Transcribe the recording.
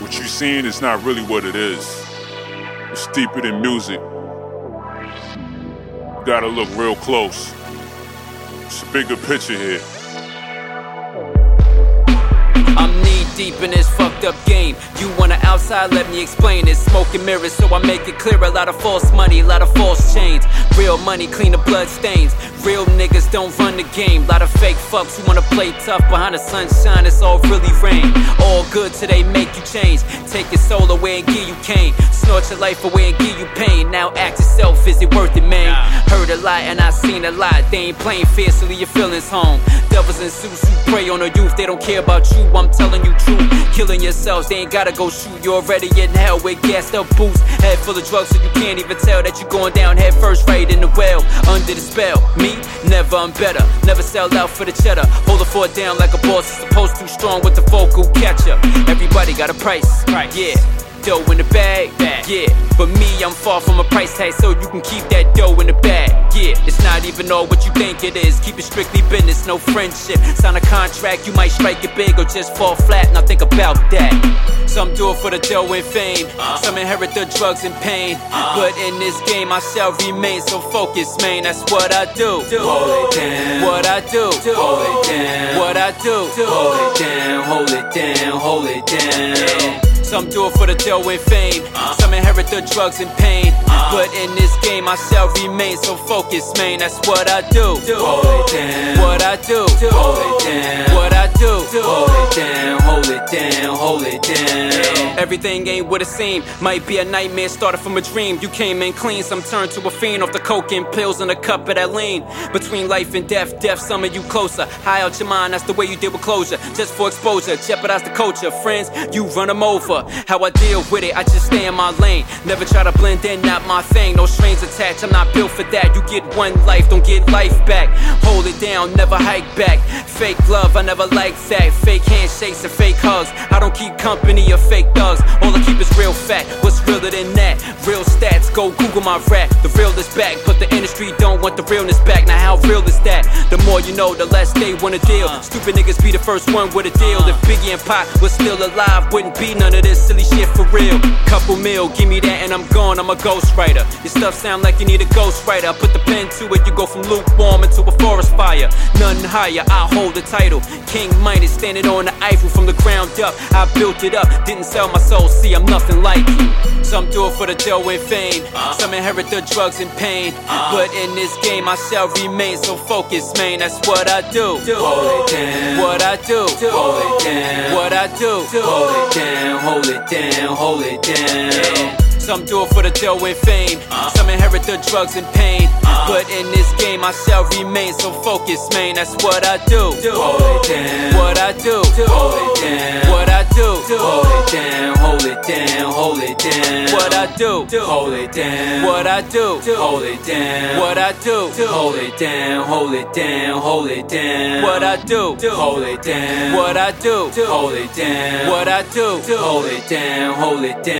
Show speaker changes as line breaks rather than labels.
What you seeing is not really what it is. It's deeper than music. You gotta look real close. It's a bigger picture here.
I'm knee deep in this fucked up game. You wanna outside, let me explain. It's smoke and mirrors, so I make it clear. A lot of false money, a lot of false chains. Real money, clean the blood stains. Real niggas don't run the game. Lot of fake fucks who wanna play tough behind the sunshine. It's all really rain. All good till they make you change. Take your soul away and give you cane. Snort your life away and give you pain. Now ask yourself, is it worth it, man? Heard a lot and I seen a lot. They ain't playing fair, so leave your feelings home. Devils and suits who prey on the youth, they don't care about you. I'm telling you true. Killing yourselves, they ain't gotta go shoot. You're already in hell with gassed up boots. Head full of drugs, so you can't even tell that you're going down head first, right in the well. Under the spell, me, never, I'm better. Never sell out for the cheddar. Hold the fort down like a boss is supposed to. Strong with the vocal catcher. Everybody got a price, right? Yeah dough in the bag. Yeah, but me, I'm far from a price tag, so you can keep that dough in the bag. Yeah, it's not even all what you think it is. Keep it strictly business, no friendship. Sign a contract, you might strike it big or just fall flat. Now think about that. Some do it for the dough and fame, some inherit the drugs and pain. But in this game, I shall remain so focused, man. That's what I do. Hold it down. What I do. Hold it down. What I do. Hold it down. Hold it down. Hold it down. Some do it for the dough and fame. Some inherit the drugs and pain. But in this game, I shall remain so focused, man. That's what I do. Hold it down. What I do. Hold it down. What I do. Hold it down. Hold it down. Hold it down. Everything ain't what it seemed. Might be a nightmare started from a dream. You came in clean, some turned to a fiend off the coke and pills and a cup of that lean. Between life and death, death, some of you closer. High out your mind, that's the way you deal with closure. Just for exposure, jeopardize the culture. Friends, you run them over. How I deal with it, I just stay in my lane. Never try to blend in, not my thing. No strings attached, I'm not built for that. You get one life, don't get life back. Hold it down, never hike back. Fake love, I never liked that. Fake handshakes and fake hugs. I don't keep company of fake thugs. All I keep is real fact. What's realer than that? Real stats, go Google my rap. The real is back, but the industry don't want the realness back. Now, how real is that? The more you know, the less they wanna deal. Stupid niggas be the first one with a deal. If Biggie and Pop was still alive, wouldn't be none of this silly shit for real. Couple mil, give me that and I'm gone, I'm a ghostwriter. Your stuff sound like you need a ghostwriter. I put the pen to it, you go from lukewarm into a forest fire. None higher, I hold the title. King Midas, standing on the Eiffel from the ground up. I built it up, didn't sell my soul, see, I'm nothing like you. Some do it for the dough and fame, some inherit the drugs and pain. But in this game, I shall remain so focused, man, that's what I do. Hold it down. What I do. Hold it down. What I do. Hold it down. Hold it down. Hold it down. Uh. Some do it for the dough and fame. Some inherit the drugs and pain. But in this game, I shall remain so focused, man. That's what I do. Hold it down. What I do. Hold it down. What I do. Hold it down. Hold it down. Hold it down. What I do. Hold it down. What I do. Hold it down. What I do. Hold it down. Hold it down. Hold it down. What I do. Hold it down. What I do. Hold it down. What I do. Hold it down. Hold it down.